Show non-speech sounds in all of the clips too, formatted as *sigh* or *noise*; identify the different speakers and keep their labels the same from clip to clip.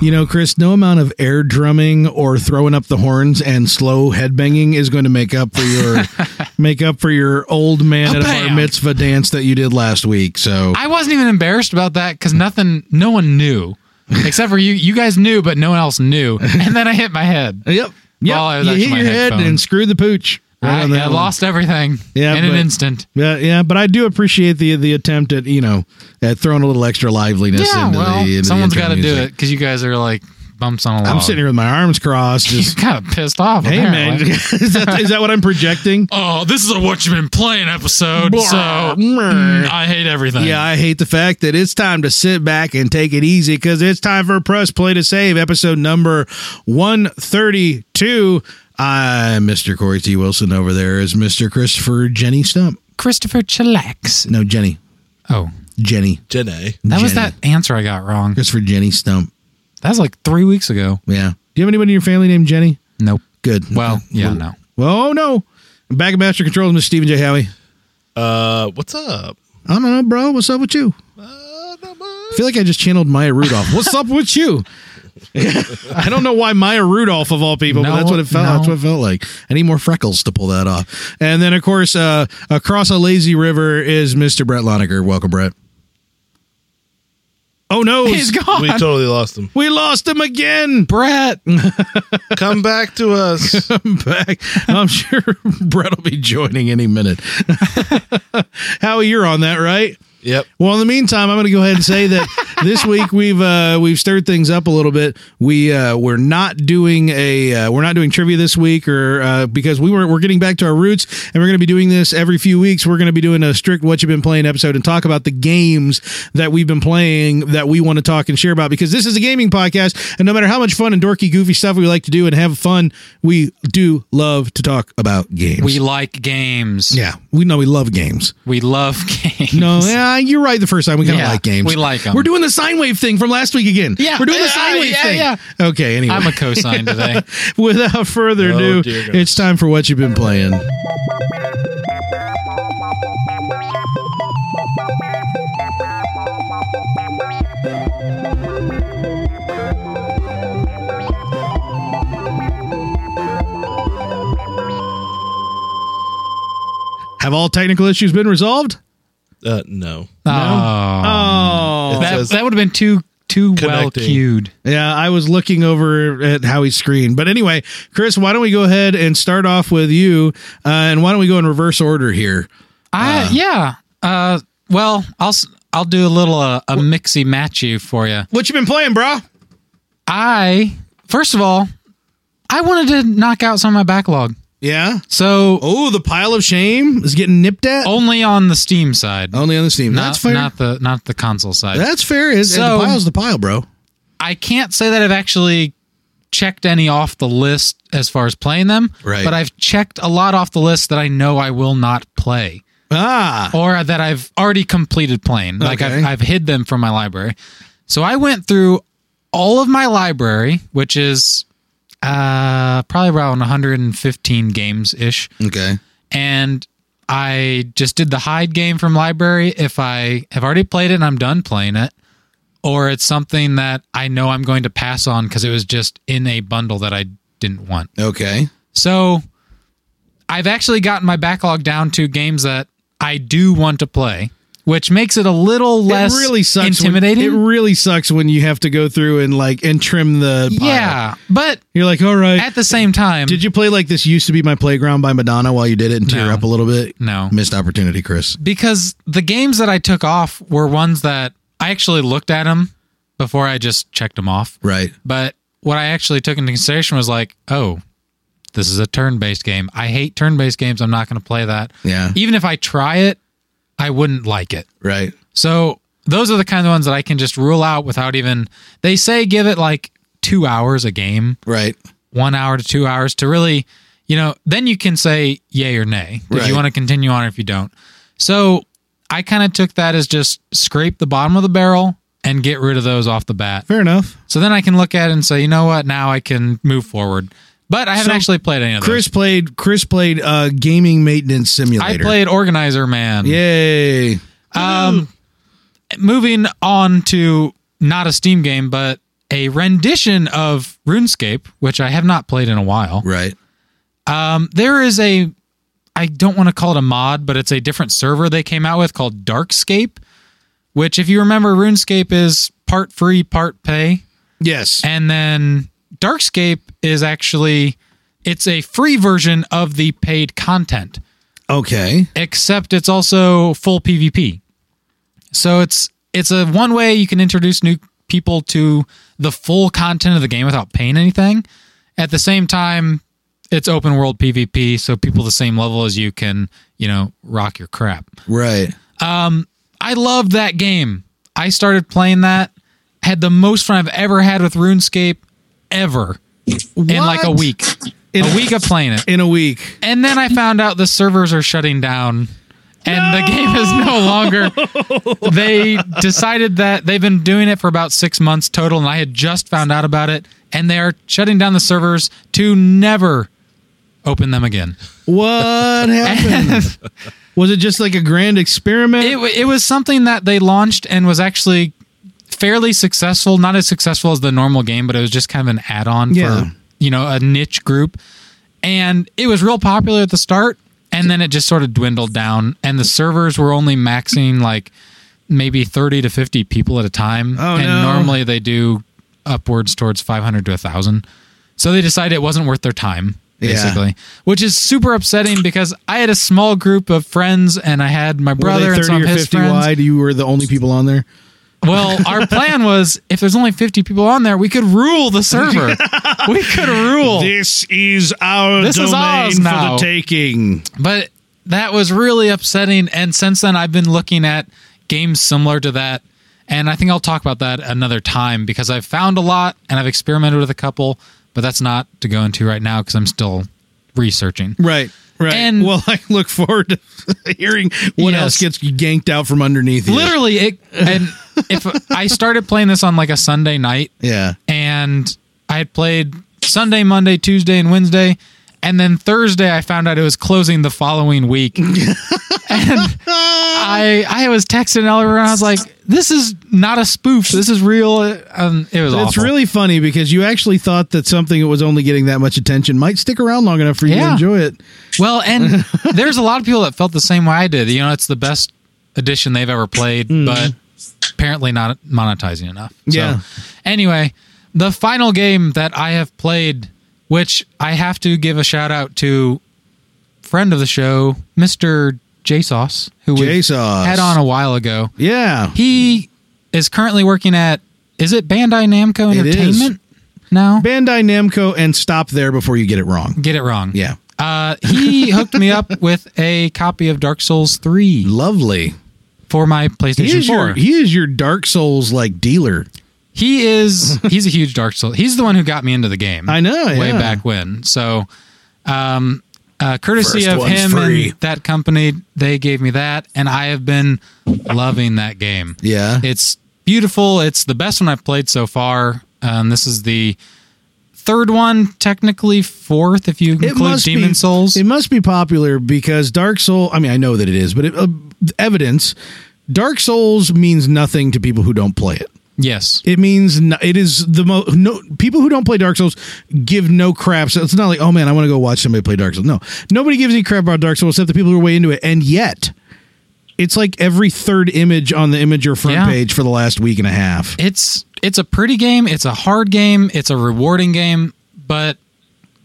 Speaker 1: You know, Chris, no amount of air drumming or throwing up the horns and slow headbanging is going to make up for
Speaker 2: *laughs*
Speaker 1: your make up for your old man at a bar
Speaker 2: Bam.
Speaker 1: mitzvah dance that you did last week. So
Speaker 2: I wasn't even embarrassed about that because nothing, no one
Speaker 1: *laughs*
Speaker 2: knew except for you. You guys knew, but no one else knew. And then I hit my head.
Speaker 1: yep, yep,
Speaker 2: Well, it was
Speaker 1: you
Speaker 2: actually
Speaker 1: hit
Speaker 2: my
Speaker 1: your head
Speaker 2: headphone.
Speaker 1: and screw the pooch. *laughs* Right
Speaker 2: I,
Speaker 1: on that
Speaker 2: I
Speaker 1: one.
Speaker 2: lost everything
Speaker 1: Yeah,
Speaker 2: in an
Speaker 1: but-
Speaker 2: instant.
Speaker 1: Yeah, yeah, but I do appreciate the the attempt at you know at throwing a little extra liveliness
Speaker 2: Yeah,
Speaker 1: into
Speaker 2: well,
Speaker 1: the. Into
Speaker 2: someone's
Speaker 1: got to
Speaker 2: do it because you guys are like bumps on a log.
Speaker 1: I'm
Speaker 2: *laughs*
Speaker 1: sitting here with my arms crossed. Just
Speaker 2: kind of pissed off.
Speaker 1: hey man,
Speaker 2: apparently.
Speaker 1: *laughs* is that is that what I'm projecting?
Speaker 2: Oh, this is a what you've been playing episode. *laughs* So
Speaker 1: *laughs* Brr.
Speaker 2: mm, *laughs* I hate everything.
Speaker 1: Yeah, I hate the fact that it's time to sit back and take it easy because it's time for Press Play to Save, episode number 132. I'm Mr. Corey T. Wilson. Over there is Mr. Christopher Jenny Stump.
Speaker 2: Christopher Chillax.
Speaker 1: No, Jenny.
Speaker 2: Oh,
Speaker 1: Jenny.
Speaker 3: Janae.
Speaker 2: that was
Speaker 1: Jenny.
Speaker 2: that answer I got wrong.
Speaker 1: Christopher Jenny Stump.
Speaker 2: That was like three weeks ago.
Speaker 1: Yeah. Do you have anybody in your family named Jenny?
Speaker 2: Nope.
Speaker 1: Good.
Speaker 2: Well, yeah, no.
Speaker 1: Well, oh, no. Back at Master Controls, Mr. Stephen J. Howie.
Speaker 3: Uh, what's up?
Speaker 1: I don't know, bro. What's up with you?
Speaker 3: Uh, not
Speaker 1: I
Speaker 3: much.
Speaker 1: feel like I just channeled Maya Rudolph. What's up with you? *laughs* I don't know why Maya Rudolph of all people, but
Speaker 2: No,
Speaker 1: that's what it felt.
Speaker 2: no.
Speaker 1: That's what it felt like. I need more freckles to pull that off. And then, of course, uh, across a lazy river is Mr. Brett Loniger. Welcome, Brett. Oh no,
Speaker 2: He's gone.
Speaker 3: We totally lost him.
Speaker 1: we lost him again.
Speaker 2: Brett.
Speaker 3: Come back to us.
Speaker 1: I'm back. I'm sure *laughs* Brett will be joining any minute. *laughs* Howie, you're on that, right?
Speaker 3: *laughs* Yep.
Speaker 1: Well, in the meantime, I'm going to go ahead and say that this week we've uh, we've stirred things up a little bit. We uh, we're not doing a uh, we're not doing trivia this week, or uh, because we were we're getting back to our roots, and we're going to be doing this every few weeks. We're going to be doing a strict what you've been playing episode and talk about the games that we've been playing that we want to talk and share about because this is a gaming podcast, and no matter how much fun and dorky, goofy stuff we like to do and have fun, we do love to talk about games.
Speaker 2: We like games.
Speaker 1: yeah, we know we love games.
Speaker 2: We love *laughs* games.
Speaker 1: No, yeah, you're right. The first time we kind of
Speaker 2: Yeah,
Speaker 1: like games.
Speaker 2: we like 'em.
Speaker 1: We're doing the sine wave thing from last week again.
Speaker 2: Yeah,
Speaker 1: we're doing the
Speaker 2: yeah,
Speaker 1: sine wave
Speaker 2: yeah,
Speaker 1: thing.
Speaker 2: yeah.
Speaker 1: Okay. Anyway,
Speaker 2: I'm a cosign today.
Speaker 1: *laughs* without further
Speaker 3: Oh,
Speaker 1: ado,
Speaker 3: dear goodness.
Speaker 1: it's time for what you've been playing. Have all technical issues been resolved?
Speaker 3: Uh, no.
Speaker 2: Oh,
Speaker 1: Oh,
Speaker 3: It
Speaker 2: that,
Speaker 3: says-
Speaker 2: that would have been too too well
Speaker 3: Connecting.
Speaker 2: cued.
Speaker 1: Yeah, I was looking over at Howie's screen. But anyway, Chris, why don't we go ahead and start off with you? Uh, and why don't we go in reverse order here?
Speaker 2: I yeah. Uh, well, I'll s- I'll do a little uh, a mixy matchy for you.
Speaker 1: What you been playing, bro?
Speaker 2: I first of all, I wanted to knock out some of my backlog,
Speaker 1: Yeah.
Speaker 2: so
Speaker 1: Oh, the pile of shame is getting nipped at.
Speaker 2: only on the Steam side.
Speaker 1: Only on the Steam.
Speaker 2: not,
Speaker 1: Oh, That's fair.
Speaker 2: Not the not the console side.
Speaker 1: That's fair. It's,
Speaker 2: So-
Speaker 1: the pile's the pile, bro.
Speaker 2: I can't say that I've actually checked any off the list as far as playing them.
Speaker 1: Right.
Speaker 2: But I've checked a lot off the list that I know I will not play.
Speaker 1: Ah.
Speaker 2: or that I've already completed playing. Like
Speaker 1: Okay.
Speaker 2: I've, I've hid them from my library. So I went through all of my library, which is uh, probably around 115 games ish,
Speaker 1: Okay.
Speaker 2: and I just did the hide game from library. If I have already played it and I'm done playing it, or it's something that I know I'm going to pass on because it was just in a bundle that I didn't want.
Speaker 1: Okay.
Speaker 2: So I've actually gotten my backlog down to games that I do want to play, which makes it a little less
Speaker 1: it really sucks. when-
Speaker 2: intimidating.
Speaker 1: it really sucks when you have to go through and like and trim the. Pile.
Speaker 2: yeah, but
Speaker 1: You're like, all right.
Speaker 2: at the same time,
Speaker 1: did you play like this used to be my playground by Madonna while you did it and tear
Speaker 2: No.
Speaker 1: up a little bit?
Speaker 2: no,
Speaker 1: Missed opportunity, Chris.
Speaker 2: because the games that I took off were ones that I actually looked at them before I just checked them off.
Speaker 1: Right.
Speaker 2: But what I actually took into consideration was like, oh, this is a turn-based game. I hate turn-based games. I'm not going to play that.
Speaker 1: Yeah.
Speaker 2: Even if I try it, I wouldn't like it.
Speaker 1: Right.
Speaker 2: So those are the kind of ones that I can just rule out without even. They say give it like two hours a game,
Speaker 1: Right.
Speaker 2: one hour to two hours to really, you know, then you can say yay or nay if
Speaker 1: Right.
Speaker 2: you want to continue on or if you don't. So I kind of took that as just scrape the bottom of the barrel and get rid of those off the bat.
Speaker 1: Fair enough.
Speaker 2: So then I can look at it and say, you know what, now I can move forward. But I haven't
Speaker 1: So,
Speaker 2: actually played any of those.
Speaker 1: Chris played. Chris played uh, gaming maintenance
Speaker 2: I
Speaker 1: simulator.
Speaker 2: played Organizer Man.
Speaker 1: Yay!
Speaker 2: Um, moving on to not a Steam game, but a rendition of RuneScape, which I have not played in a while.
Speaker 1: Right.
Speaker 2: Um, there is a, I don't want to call it a mod, but it's a different server they came out with called Darkscape, which, if you remember, RuneScape is part free, part pay.
Speaker 1: Yes.
Speaker 2: And then Darkscape is actually it's a free version of the paid content,
Speaker 1: Okay.
Speaker 2: except it's also full PvP. So it's it's a one way you can introduce new people to the full content of the game without paying anything. At the same time, it's open world PvP, so people the same level as you can, you know, rock your crap.
Speaker 1: Right.
Speaker 2: I loved that game. I started playing that, had the most fun I've ever had with RuneScape ever in like a
Speaker 1: What?
Speaker 2: week.
Speaker 1: In-
Speaker 2: a week of playing it.
Speaker 1: In a week.
Speaker 2: And then I found out the servers are shutting down and the game is no longer. they decided that they've been doing it for about six months total, and I had just found out about it, and they are shutting down the servers to never open them again. *laughs*
Speaker 1: What happened? Was it just like a grand experiment?
Speaker 2: it, w- it was something that they launched and was actually fairly successful not as successful as the normal game but it was just kind of an add-on
Speaker 1: Yeah.
Speaker 2: for you know a niche group and it was real popular at the start and then it just sort of dwindled down and the servers were only maxing like maybe 30 to 50 people at a time
Speaker 1: Oh,
Speaker 2: and
Speaker 1: no.
Speaker 2: normally they do upwards towards 500 to 1000 so they decided it wasn't worth their time
Speaker 1: Yeah.
Speaker 2: basically which is super upsetting because i had a small group of friends and i had my
Speaker 1: Were
Speaker 2: brother
Speaker 1: they
Speaker 2: and some of his friends.
Speaker 1: wide? You were the only people on there.
Speaker 2: Well, our plan was if there's only 50 people on there, we could rule the
Speaker 1: *laughs*
Speaker 2: server. we could rule.
Speaker 1: This is our
Speaker 2: This is ours now.
Speaker 1: taking.
Speaker 2: But that was really upsetting. And since then, I've been looking at games similar to that. And I think I'll talk about that another time because I've found a lot and I've experimented with a couple, but that's not to go into right now because I'm still researching.
Speaker 1: Right. Right.
Speaker 2: And-
Speaker 1: well, *laughs* I look forward to *laughs* hearing what
Speaker 2: Yes.
Speaker 1: else gets yanked out from underneath you.
Speaker 2: Literally, it, and if I started playing this on like a Sunday night,
Speaker 1: Yeah.
Speaker 2: and I had played Sunday, Monday, Tuesday, and Wednesday. And then Thursday, I found out it was closing the following week. and I, I was texting all around. I was like, "This is not a spoof. This is real." Um, it was
Speaker 1: It's
Speaker 2: awful.
Speaker 1: really funny because you actually thought that something that was only getting that much attention might stick around long enough for you to
Speaker 2: Yeah.
Speaker 1: enjoy it. *laughs*
Speaker 2: well, and there's a lot of people that felt the same way I did. You know, it's the best edition they've ever played, but apparently not monetizing enough. So,
Speaker 1: Mm-hmm. Yeah.
Speaker 2: anyway, the final game that I have played, which I have to give a shout out to friend of the show, Mr. J Sauce, who we
Speaker 1: J-Sauce.
Speaker 2: had on a while ago.
Speaker 1: Yeah.
Speaker 2: He is currently working at is it Bandai Namco
Speaker 1: It is.
Speaker 2: Entertainment? No.
Speaker 1: Bandai Namco and stop there before you get it wrong.
Speaker 2: Get it wrong.
Speaker 1: Yeah.
Speaker 2: Uh,
Speaker 1: *laughs*
Speaker 2: he hooked me up with a copy of Dark Souls 3
Speaker 1: Lovely.
Speaker 2: for my PlayStation
Speaker 1: He is
Speaker 2: 4.
Speaker 1: your he is your Dark Souls like dealer.
Speaker 2: He
Speaker 1: *laughs*
Speaker 2: is he's a huge Dark Souls. He's the one who got me into the game.
Speaker 1: I know,
Speaker 2: way
Speaker 1: yeah.
Speaker 2: back when. So, um, uh, courtesy
Speaker 1: First
Speaker 2: of
Speaker 1: one's
Speaker 2: him
Speaker 1: free.
Speaker 2: and that company, they gave me that, and I have been loving that game.
Speaker 1: Yeah.
Speaker 2: It's beautiful. It's the best one I've played so far. Um, this is the third one, technically fourth if you include Demon
Speaker 1: be,
Speaker 2: Souls.
Speaker 1: It must be popular because Dark Soul. I mean, I know that it is, but it, uh, evidence. Dark Souls means nothing to people who don't play it.
Speaker 2: yes.
Speaker 1: It means no, it is the most. No, people who don't play Dark Souls give no craps. It's not like, oh man, I want to go watch somebody play Dark Souls. No, nobody gives any crap about Dark Souls except the people who are way into it. And yet, it's like every third image on the Imager front
Speaker 2: Yeah.
Speaker 1: page for the last week and a half.
Speaker 2: it's it's a pretty game. It's a hard game. It's a rewarding game. But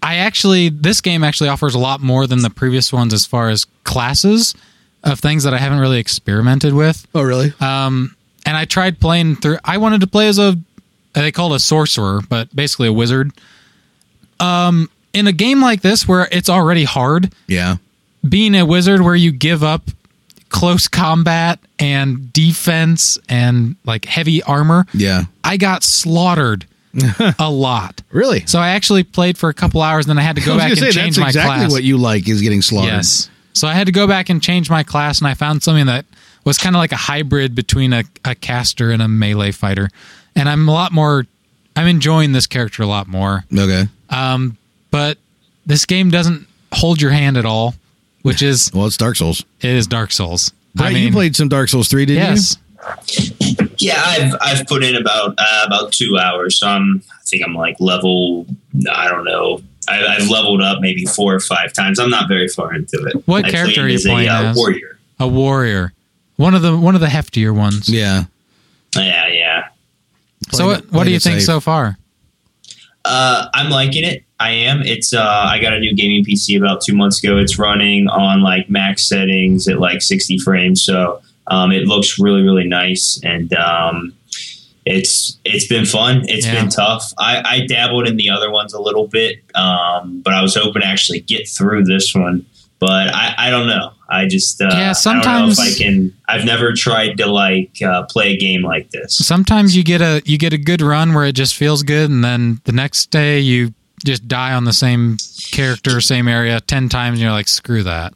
Speaker 2: I actually this game actually offers a lot more than the previous ones as far as classes of things that I haven't really experimented with.
Speaker 1: Oh really?
Speaker 2: Um, and I tried playing through. I wanted to play as a they call it a sorcerer, but basically a wizard. Um, in a game like this where it's already hard,
Speaker 1: yeah.
Speaker 2: being a wizard where you give up close combat and defense and like heavy armor.
Speaker 1: Yeah.
Speaker 2: I
Speaker 1: *laughs*
Speaker 2: got slaughtered a lot.
Speaker 1: Really?
Speaker 2: So I actually played for a couple hours, then I had to
Speaker 1: I
Speaker 2: go
Speaker 1: was
Speaker 2: back
Speaker 1: gonna
Speaker 2: and
Speaker 1: say
Speaker 2: change
Speaker 1: that's
Speaker 2: my
Speaker 1: exactly
Speaker 2: class.
Speaker 1: what you like is getting slaughtered.
Speaker 2: yes. So I had to go back and change my class, and I found something that was kind of like a hybrid between a, a caster and a melee fighter. And I'm a lot more. I'm enjoying this character a lot more.
Speaker 1: Okay.
Speaker 2: Um, but this game doesn't hold your hand at all, which is
Speaker 1: *laughs* Well, it's Dark Souls.
Speaker 2: it is Dark Souls.
Speaker 1: Right, you played some Dark Souls 3, didn't
Speaker 2: yes.
Speaker 4: Yeah, I've I've put in about uh, about two hours. So I'm I think I'm like level I don't know. I, I've leveled up maybe four or five times. I'm not very far into it.
Speaker 2: What
Speaker 4: I
Speaker 2: character
Speaker 4: played
Speaker 2: are you
Speaker 4: as a,
Speaker 2: playing
Speaker 4: uh,
Speaker 2: as?
Speaker 4: warrior.
Speaker 2: A warrior. One of the one of the heftier ones.
Speaker 1: Yeah.
Speaker 4: Yeah, yeah.
Speaker 2: so
Speaker 1: Playing
Speaker 2: what,
Speaker 1: it-
Speaker 2: what do
Speaker 1: playing
Speaker 2: you
Speaker 1: it
Speaker 2: think
Speaker 1: safe.
Speaker 2: so far?
Speaker 4: Uh, I'm liking it. I am. It's uh, I got a new gaming PC about two months ago. It's running on like max settings at like 60 frames, so um, it looks really really nice. And um, it's it's been fun. It's
Speaker 2: Yeah.
Speaker 4: been tough. I, I dabbled in the other ones a little bit, um, but I was hoping to actually get through this one. But I, I don't know. I just uh,
Speaker 2: Yeah, sometimes-
Speaker 4: I don't know if I can. I've never tried to like uh, play a game like this.
Speaker 2: Sometimes you get a you get a good run where it just feels good, and then the next day you just die on the same character, same area ten times, and you're like, screw that.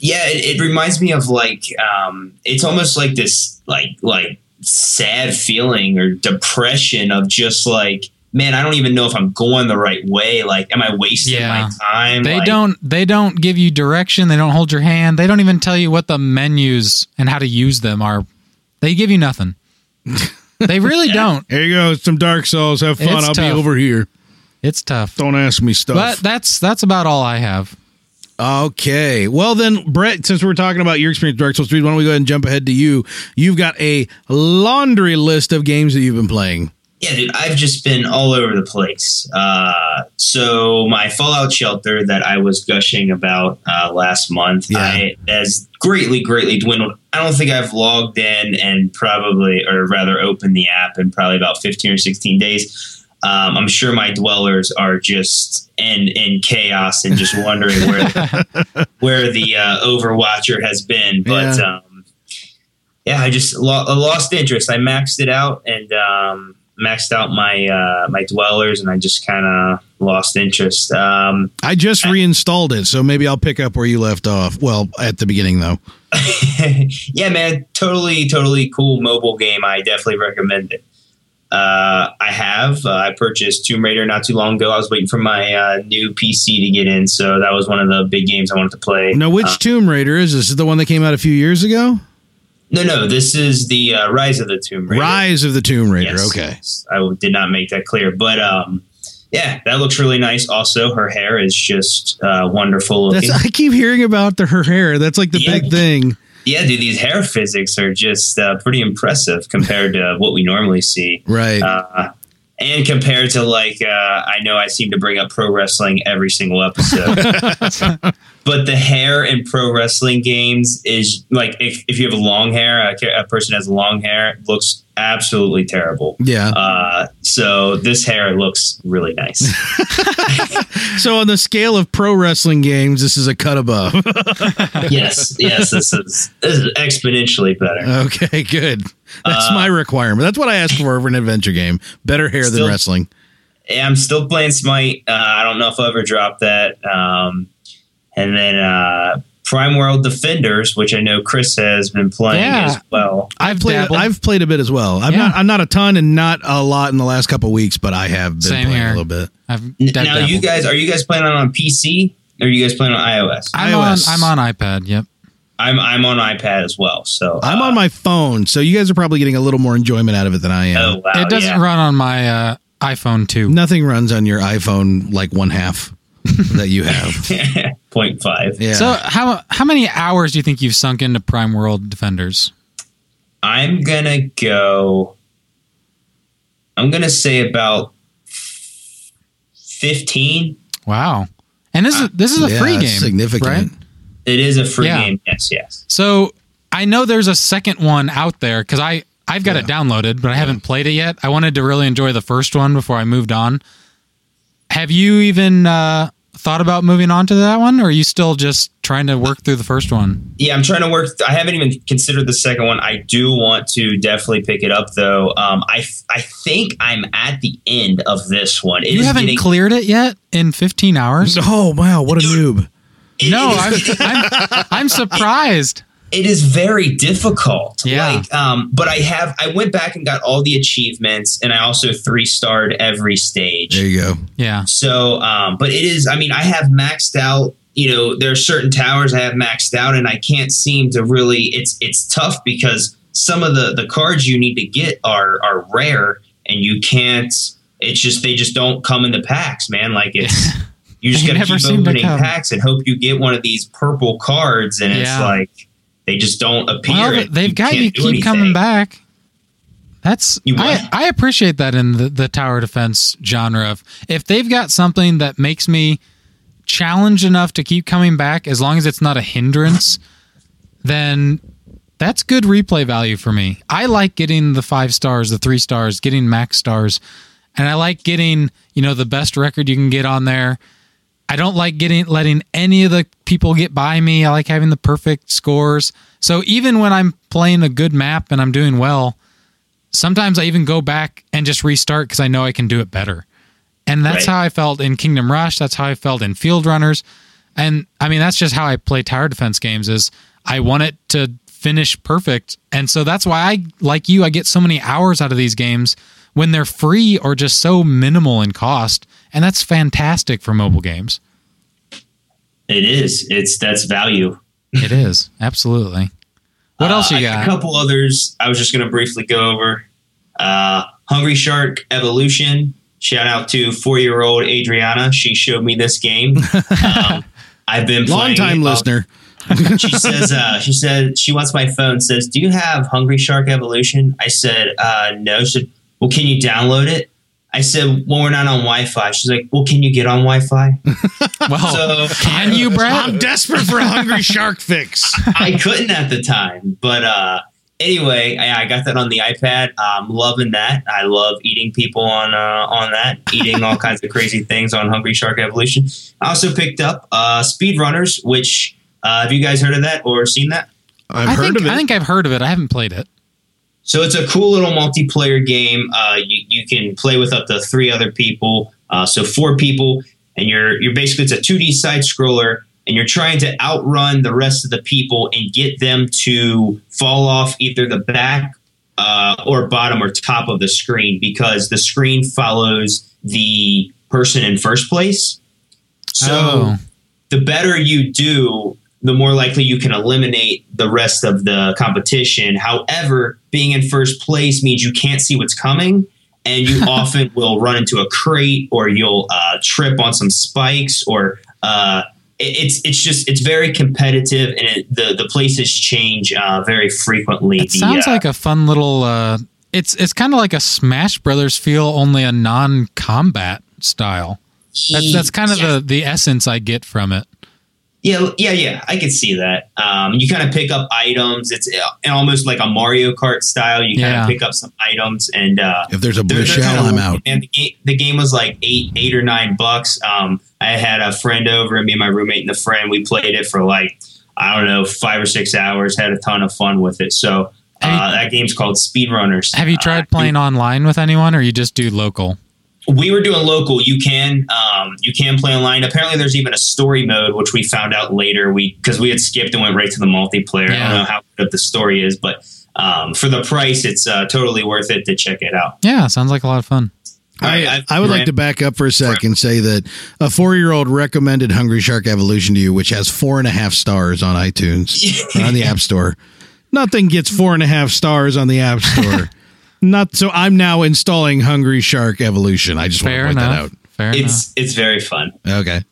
Speaker 4: yeah it, it reminds me of like um it's almost like this like like sad feeling or depression of just like man i don't even know if i'm going the right way like am i wasting
Speaker 2: Yeah.
Speaker 4: my time
Speaker 2: They
Speaker 4: Like,
Speaker 2: don't they don't give you direction. They don't hold your hand. They don't even tell you what the menus and how to use them are. They give you nothing. they really don't.
Speaker 1: There you go. Some Dark Souls. Have fun.
Speaker 2: It's
Speaker 1: I'll
Speaker 2: tough.
Speaker 1: be over here.
Speaker 2: It's tough.
Speaker 1: Don't ask me stuff.
Speaker 2: But that's that's about all I have.
Speaker 1: Okay. Well, then, Brett, since we're talking about your experience with Dark Souls 3, why don't we go ahead and jump ahead to you? You've got a laundry list of games that you've been playing.
Speaker 4: yeah dude i've just been all over the place uh so my fallout shelter that i was gushing about uh last month
Speaker 1: Yeah.
Speaker 4: I, has greatly greatly dwindled i don't think i've logged in and probably or rather opened the app in probably about 15 or 16 days um, I'm sure my dwellers are just in in chaos and just wondering where where the uh, Overwatcher has been. But yeah, um, yeah I just lo- I lost interest. I maxed it out and um, maxed out my uh, my dwellers, and I just kind of lost interest. Um,
Speaker 1: I just reinstalled it, so maybe I'll pick up where you left off. Well, at the beginning, though.
Speaker 4: *laughs* yeah, man, totally, totally cool mobile game. I definitely recommend it. Uh, I have. Uh, I purchased Tomb Raider not too long ago. I was waiting for my uh, new PC to get in, so that was one of the big games I wanted to play. Um,
Speaker 1: Now, which Tomb Raider is this? Is it the one that came out a few years ago?
Speaker 4: No, no, this is the uh, Rise of the Tomb Raider.
Speaker 1: Rise of the Tomb Raider.
Speaker 4: Yes,
Speaker 1: Okay.
Speaker 4: yes. I w- did not make that clear, but um, yeah, that looks really nice. Also, her hair is just uh, wonderful looking.
Speaker 1: That's, I keep hearing about the, her hair. That's like the
Speaker 4: Yeah.
Speaker 1: big thing.
Speaker 4: yeah, dude, these hair physics are just uh, pretty impressive compared to what we normally see.
Speaker 1: Right.
Speaker 4: Uh, and compared to like, uh, I know I seem to bring up pro wrestling every single episode, but the hair in pro wrestling games is like if, if you have long hair, a, ca- a person has long hair it looks absolutely terrible.
Speaker 1: yeah.
Speaker 4: Uh, so this hair looks really nice.
Speaker 1: So, on the scale of pro wrestling games, this is a cut above.
Speaker 4: yes, yes, this is this is exponentially better.
Speaker 1: okay, good. That's
Speaker 4: Uh,
Speaker 1: my requirement. That's what I ask for over an adventure game. Better hair
Speaker 4: Still-
Speaker 1: than wrestling.
Speaker 4: Yeah, I'm still playing Smite. Uh, I don't know if I ever dropped that. Um, and then uh, Prime World Defenders, which I know Chris has been playing
Speaker 2: Yeah.
Speaker 4: as well.
Speaker 1: I've played.
Speaker 2: dabbled.
Speaker 1: I've played a bit as well. I'm
Speaker 2: Yeah.
Speaker 1: not. I'm not a ton and not a lot in the last couple weeks, but I have been
Speaker 2: Same
Speaker 1: playing
Speaker 2: here.
Speaker 1: a little bit.
Speaker 2: I've
Speaker 4: N-
Speaker 2: dab-
Speaker 4: now, you
Speaker 2: dabbled.
Speaker 4: guys, are you guys playing on, on PC or are you guys playing on iOS?
Speaker 2: I'm
Speaker 1: iOS.
Speaker 2: on I'm on iPad. Yep.
Speaker 4: I'm I'm on iPad as well. So
Speaker 1: I'm
Speaker 4: uh,
Speaker 1: on my phone, so you guys are probably getting a little more enjoyment out of it than I am.
Speaker 4: Oh wow!
Speaker 2: it doesn't
Speaker 4: yeah.
Speaker 2: run on my uh, iPhone two.
Speaker 1: Nothing runs on your iPhone like one half *laughs* that you *laughs* have.
Speaker 4: *laughs* Point five.
Speaker 1: Yeah.
Speaker 2: So how how many hours do you think you've sunk into Prime World Defenders?
Speaker 4: I'm gonna go. I'm gonna say about fifteen.
Speaker 2: Wow. And this is this is a
Speaker 1: Uh, Yeah,
Speaker 2: free
Speaker 1: it's
Speaker 2: game. right?
Speaker 1: significant.
Speaker 4: It is a free
Speaker 2: Yeah.
Speaker 4: game. Yes, yes.
Speaker 2: So I know there's a second one out there because I I've got it downloaded, but I haven't played it yet. I wanted to really enjoy the first one before I moved on. Have you even uh, thought about moving on to that one, or are you still just trying to work through the first one?
Speaker 4: Yeah, I'm trying to work. I haven't even considered the second one. I do want to definitely pick it up though. Um, I I think I'm at the end of this one. It
Speaker 2: you
Speaker 4: is
Speaker 2: haven't
Speaker 4: getting-
Speaker 2: cleared it yet in 15 hours.
Speaker 1: Oh wow, what a noob!
Speaker 4: it
Speaker 2: No,
Speaker 4: is-
Speaker 2: I'm, I'm, I'm
Speaker 4: *laughs*
Speaker 2: surprised.
Speaker 4: it is very difficult.
Speaker 2: Yeah.
Speaker 4: Like, um, but I have I went back and got all the achievements, and I also three starred every stage.
Speaker 1: There you go.
Speaker 2: Yeah,
Speaker 4: So, um, but it is, I mean, I have maxed out, you know, there are certain towers I have maxed out and I can't seem to really, it's, it's tough because some of the the cards you need to get are are rare, and you can't. It's just they just don't come in the packs, man. Like it's
Speaker 2: *laughs*
Speaker 4: you just
Speaker 2: They
Speaker 4: got to
Speaker 2: never
Speaker 4: keep
Speaker 2: seem to
Speaker 4: opening
Speaker 2: come.
Speaker 4: packs and hope you get one of these purple cards, and it's
Speaker 2: Yeah.
Speaker 4: like they just don't appear.
Speaker 2: Well,
Speaker 4: and
Speaker 2: they've
Speaker 4: you
Speaker 2: got
Speaker 4: can't
Speaker 2: you
Speaker 4: do
Speaker 2: keep coming
Speaker 4: anything.
Speaker 2: back. That's
Speaker 4: You
Speaker 2: I,
Speaker 4: what?
Speaker 2: I appreciate that in the, the tower defense genre of if they've got something that makes me challenged enough to keep coming back as long as it's not a hindrance, *laughs* then that's good replay value for me. I like getting the five stars, the three stars, getting max stars, and I like getting, you know, the best record you can get on there. I don't like getting letting any of the people get by me. I like having the perfect scores. So even when I'm playing a good map and I'm doing well, sometimes I even go back and just restart because I know I can do it better. And that's
Speaker 4: Right.
Speaker 2: how I felt in Kingdom Rush. That's how I felt in Field Runners. And I mean, that's just how I play tower defense games. Is I want it to finish perfect, and so that's why I like you. I get so many hours out of these games when they're free or just so minimal in cost, and that's fantastic for mobile games.
Speaker 4: It is. It's that's value.
Speaker 2: It is absolutely. What
Speaker 4: Uh,
Speaker 2: else you
Speaker 4: I- A
Speaker 2: got?
Speaker 4: couple others. I was just going to briefly go over. Uh, Hungry Shark Evolution. Shout out to four-year-old Adriana. She showed me this
Speaker 2: *laughs*
Speaker 4: game. Um, I've been
Speaker 1: Long
Speaker 4: playing
Speaker 1: time
Speaker 4: it. Uh,
Speaker 1: *laughs* listener.
Speaker 4: she says uh, she said she wants my phone. Says, do you have Hungry Shark Evolution? I said uh, no. She said, well, can you download it? I said, well, we're not on Wi-Fi. She's like, well, can you get on Wi-Fi?
Speaker 2: Well,
Speaker 4: So
Speaker 2: Oh, can you, Brad?
Speaker 1: I'm desperate for a hungry shark *laughs* fix.
Speaker 4: *laughs* I couldn't at the time, but uh, anyway, I, I got that on the iPad. I'm loving that. I love eating people on uh, on that, eating all kinds of crazy things on Hungry Shark Evolution. I also picked up uh, Speedrunners, which uh, have you guys heard of that or seen that?
Speaker 1: I've
Speaker 2: I
Speaker 1: heard
Speaker 2: think,
Speaker 1: of it.
Speaker 2: I think I've heard of it. I haven't played it.
Speaker 4: So it's a cool little multiplayer game. Uh, you, you can play with up to three other people, uh, so four people, and you're you're basically it's a 2D side scroller, and you're trying to outrun the rest of the people and get them to fall off either the back uh, or bottom or top of the screen because the screen follows the person in first place. So
Speaker 2: Oh.
Speaker 4: the better you do, the more likely you can eliminate the rest of the competition. However, being in first place means you can't see what's coming, and you often will run into a crate or you'll uh, trip on some spikes or. Uh, it- it's it's just it's very competitive and it, the the places change uh, very frequently.
Speaker 2: It sounds
Speaker 4: uh,
Speaker 2: like a fun little. Uh, it's it's kind of like a Smash Brothers feel, only a non-combat style. That's, that's kind of
Speaker 4: Yeah.
Speaker 2: the the essence I get from it.
Speaker 4: Yeah, yeah, yeah. I could see that. Um, you kind of pick up items. It's uh, almost like a Mario Kart style. You kind
Speaker 2: Yeah.
Speaker 4: of pick up some items, and uh,
Speaker 5: If there's a blue
Speaker 4: they're- they're
Speaker 5: shell,
Speaker 4: kinda
Speaker 5: I'm
Speaker 4: worth
Speaker 5: out.
Speaker 4: it, Man, the game, the game was like eight, eight or nine bucks. Um, I had a friend over, and me and my roommate and the friend, we played it for like I don't know, five or six hours. Had a ton of fun with it. So uh,
Speaker 2: Have
Speaker 4: that game's called Speedrunners.
Speaker 2: Have you
Speaker 4: Uh,
Speaker 2: tried playing online with anyone, or you just do local?
Speaker 4: we were doing local. You can um, you can play online. Apparently, there's even a story mode, which we found out later. We because we had skipped and went right to the multiplayer. I
Speaker 2: Yeah.
Speaker 4: don't know how good the story is, but um, for the price, it's uh, totally worth it to check it out.
Speaker 2: Yeah, sounds like a lot of fun.
Speaker 1: I, I would like to back up for a sec and say that a four year old recommended Hungry Shark Evolution to you, which has four and a half stars on iTunes or on the App Store. Nothing gets four and a half stars on the App Store. Not so. I'm now installing Hungry Shark Evolution. I just
Speaker 2: Fair
Speaker 1: want to point
Speaker 2: enough. Fair enough.
Speaker 4: It's it's very fun.
Speaker 1: that out. Okay.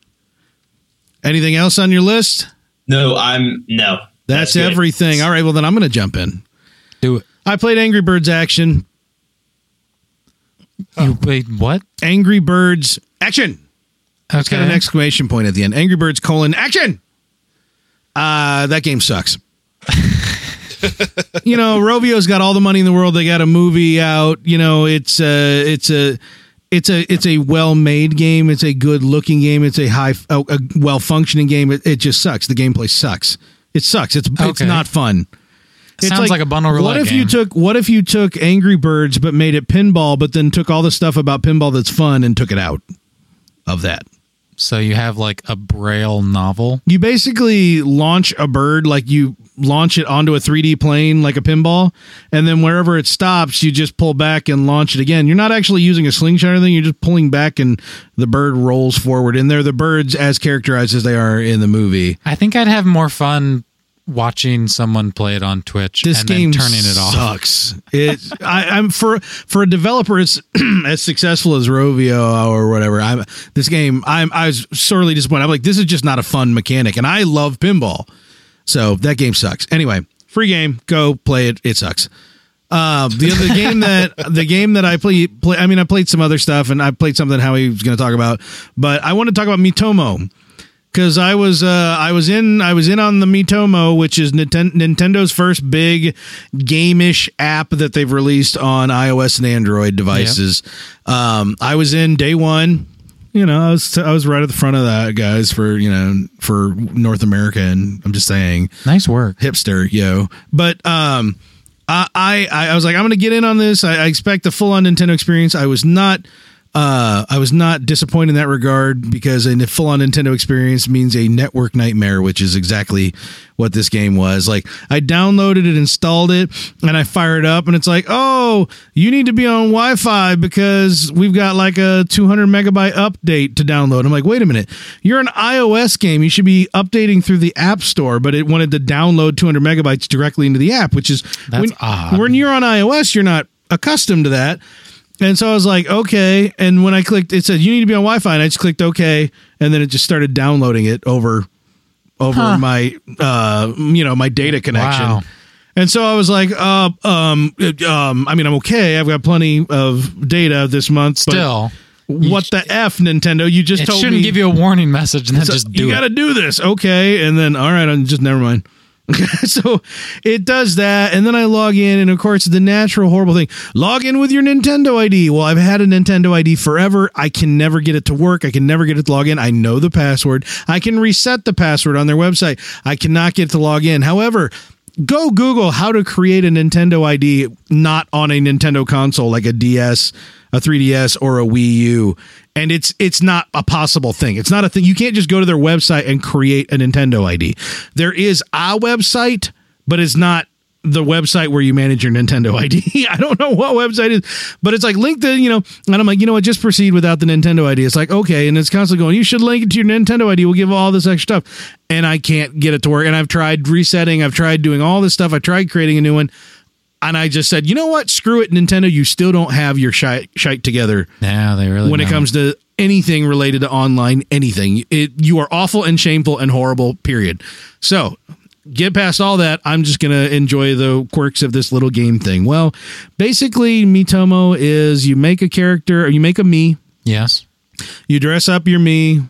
Speaker 1: Anything else on your list?
Speaker 4: No, I'm no.
Speaker 1: That's,
Speaker 4: it.
Speaker 1: everything. All right. Well, then I'm going to jump in.
Speaker 2: Do it.
Speaker 1: I played Angry Birds Action.
Speaker 2: You played what?
Speaker 1: Angry Birds Action.
Speaker 2: Okay.
Speaker 1: It's got an exclamation point at the end. Angry Birds colon action. Uh, that game sucks.
Speaker 2: *laughs*
Speaker 1: you know, Rovio's got all the money in the world. They got a movie out. You know, it's a, it's a, it's a, it's a well-made game. It's a good-looking game. It's a high, a, a well-functioning game. It, it just sucks. The gameplay sucks. It sucks. It's it's
Speaker 2: Okay.
Speaker 1: not fun. It's
Speaker 2: Sounds like a bundle
Speaker 1: What
Speaker 2: roulette
Speaker 1: if you
Speaker 2: game.
Speaker 1: took What if you took Angry Birds but made it pinball, but then took all the stuff about pinball that's fun and took it out of that?
Speaker 2: so you have like a braille novel.
Speaker 1: you basically launch a bird like you launch it onto a 3D plane like a pinball and then wherever it stops you just pull back and launch it again. You're not actually using a slingshot or anything, you're just pulling back and the bird rolls forward and they're the birds as characterized as they are in the movie.
Speaker 2: I think I'd have more fun watching someone play it on Twitch
Speaker 1: this
Speaker 2: and
Speaker 1: game
Speaker 2: then turning it off.
Speaker 1: sucks. It I, I'm for for a developer it's *clears throat* as successful as Rovio or whatever. I'm this game I'm I was sorely disappointed. I'm like this is just not a fun mechanic, and I love pinball, so that game sucks. Anyway, free game, go play it. It sucks. Um, the other game that *laughs* the game that I play, play I mean I played some other stuff and I played something Howie was going to talk about, but I want to talk about Mitomo because I was uh, I was in I was in on the Mitomo, which is Ninten- Nintendo's first big game-ish app that they've released on iOS and Android devices. Um, I was in day one. You know, I was I was right at the front of that, guys. For you know, for North America, and I'm just saying,
Speaker 2: Nice work.
Speaker 1: hipster, yo. But um, I I, I was like, I'm gonna get in on this. I, I expect the full on Nintendo experience. I was not. Uh, I was not disappointed in that regard because a full on Nintendo experience means a network nightmare, which is exactly what this game was. Like, I downloaded it, installed it, and I fired it up, and it's like, oh, you need to be on Wi Fi because we've got like a 200 megabyte update to download. I'm like, wait a minute, you're an iOS game. You should be updating through the App Store, but it wanted to download 200 megabytes directly into the app, which is
Speaker 2: That's
Speaker 1: when,
Speaker 2: odd.
Speaker 1: when you're on iOS, you're not accustomed to that. And so I was like, okay. And when I clicked, it said you need to be on Wi-Fi, and I just clicked OK, and then it just started downloading it over, over my, uh, you know, my data connection.
Speaker 2: Wow.
Speaker 1: And so I was like, uh, um, it- um, I mean, I'm okay. I've got plenty of data this month. but
Speaker 2: Still,
Speaker 1: what the f, Nintendo? You just
Speaker 2: it
Speaker 1: told
Speaker 2: shouldn't
Speaker 1: me
Speaker 2: give you a warning message and then
Speaker 1: so
Speaker 2: just do
Speaker 1: you got to
Speaker 2: it.
Speaker 1: do this, okay? And then all right, I'm just never mind. *laughs* so it does that, and then I log in, and of course the natural horrible thing: log in with your Nintendo ID. Well, I've had a Nintendo ID forever. I can never get it to work. I can never get it to log in. I know the password. I can reset the password on their website. I cannot get it to log in. However. Go Google how to create a Nintendo ID not on a Nintendo console like a DS, a 3DS, or a Wii U and it's it's not a possible thing. It's not a thing. You can't just go to their website and create a Nintendo ID. There is a website, but it's not the website where you manage your Nintendo *laughs* ID. I don't know what website it is, but it's like link the, you know, and I'm like, you know what, just proceed without the Nintendo ID. It's like, okay, and it's constantly going, you should link it to your Nintendo ID. We'll give all this extra stuff. And I can't get it to work. And I've tried resetting, I've tried doing all this stuff, I tried creating a new one. And I just said, you know what? Screw it, Nintendo. You still don't have your shite, shite together
Speaker 2: Yeah, they really
Speaker 1: when it
Speaker 2: don't.
Speaker 1: comes to anything related to online anything. It you are awful and shameful and horrible. Period. So get past all that. I'm just gonna enjoy the quirks of this little game thing. Well, basically, Mitomo is you make a character, or you make a me,
Speaker 2: Yes. *laughs*
Speaker 1: you dress up your me.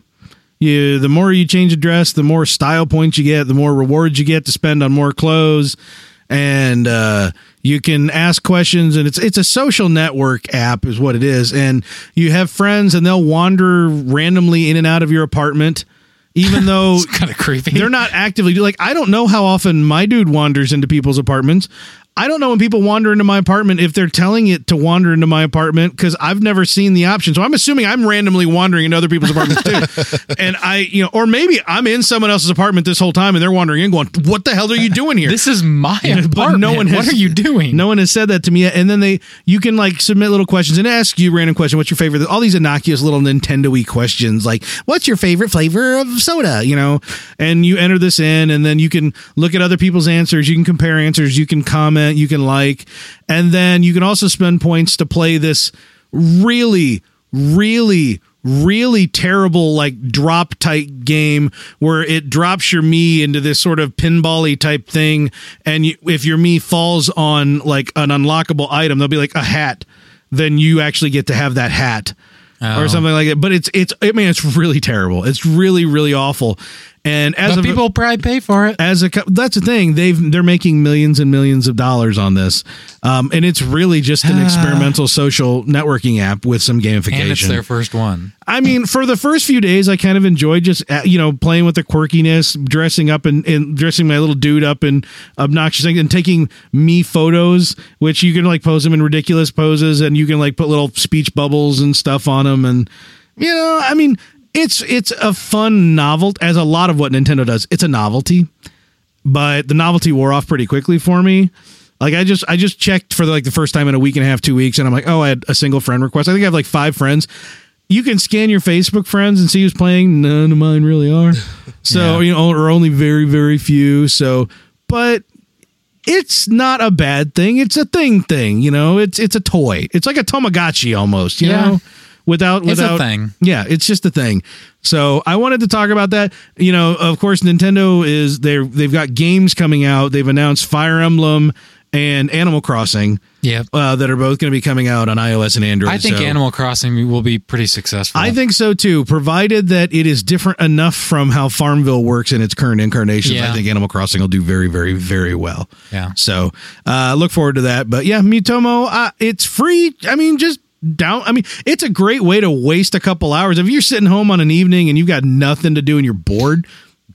Speaker 1: You the more you change a dress, the more style points you get, the more rewards you get to spend on more clothes, and uh, you can ask questions. and It's it's a social network app, is what it is. And you have friends, and they'll wander randomly in and out of your apartment, even though
Speaker 2: Kind of creepy.
Speaker 1: they're not actively like I don't know how often my dude wanders into people's apartments. I don't know when people wander into my apartment if they're telling it to wander into my apartment because I've never seen the option. So I'm assuming I'm randomly wandering into other people's apartments too. and I, you know, or maybe I'm in someone else's apartment this whole time and they're wandering in going, What the hell are you doing here?
Speaker 2: This is my apartment.
Speaker 1: But no one has-
Speaker 2: what are you doing?
Speaker 1: No one has said that to me yet. And then they, you can like submit little questions and ask you random question. What's your favorite? All these innocuous little Nintendo-y questions, like what's your favorite flavor of soda? You know, and you enter this in, and then you can look at other people's answers. You can compare answers. You can comment. You can like, and then you can also spend points to play this really, really really terrible like drop tight game where it drops your me into this sort of pinball-y type thing and you, if your me falls on like an unlockable item they'll be like a hat then you actually get to have that hat
Speaker 2: Oh.
Speaker 1: or something like that but it's it's i mean it's really terrible it's really really awful and as
Speaker 2: but
Speaker 1: of-
Speaker 2: people probably pay for it.
Speaker 1: as a co- that's the thing they've they're making millions and millions of dollars on this um, and it's really just an experimental social networking app with some gamification
Speaker 2: Ah. And it's their first one.
Speaker 1: I mean, for the first few days, I kind of enjoyed just uh, you know playing with the quirkiness, dressing up and, and dressing my little dude up in obnoxious things, and taking me photos, which you can like pose them in ridiculous poses, and you can like put little speech bubbles and stuff on them, and you know, I mean, it's it's a fun novelty, as a lot of what Nintendo does. It's a novelty but the novelty wore off pretty quickly for me. Like I just I just checked for like the first time in a week and a half, two weeks, and I'm like, oh, I had a single friend request. I think I have like five friends. You can scan your Facebook friends and see
Speaker 2: *laughs*
Speaker 1: who's playing. None of mine really are. So you know, or only very very few. So but it's not a bad thing. It's a thing thing, you know. It's it's a toy. It's like a Tamagotchi almost, you
Speaker 2: Yeah.
Speaker 1: know. Without
Speaker 2: It's a
Speaker 1: without
Speaker 2: thing.
Speaker 1: Yeah, it's just a thing. So I wanted to talk about that. You know, of course, Nintendo is they they've got games coming out. They've announced Fire Emblem and Animal Crossing
Speaker 2: Yeah.
Speaker 1: uh, that are both going to be coming out on iOS and Android.
Speaker 2: I think
Speaker 1: so-
Speaker 2: Animal Crossing will be pretty successful.
Speaker 1: I think so too, provided that it is different enough from how Farmville works in its current incarnations.
Speaker 2: Yeah.
Speaker 1: I think Animal Crossing will do very, very, very well.
Speaker 2: Yeah.
Speaker 1: So uh, look forward to that. But yeah, Mutomo, uh, it's free. I mean, just down. I mean, it's a great way to waste a couple hours. If you're sitting home on an evening and you've got nothing to do and you're bored,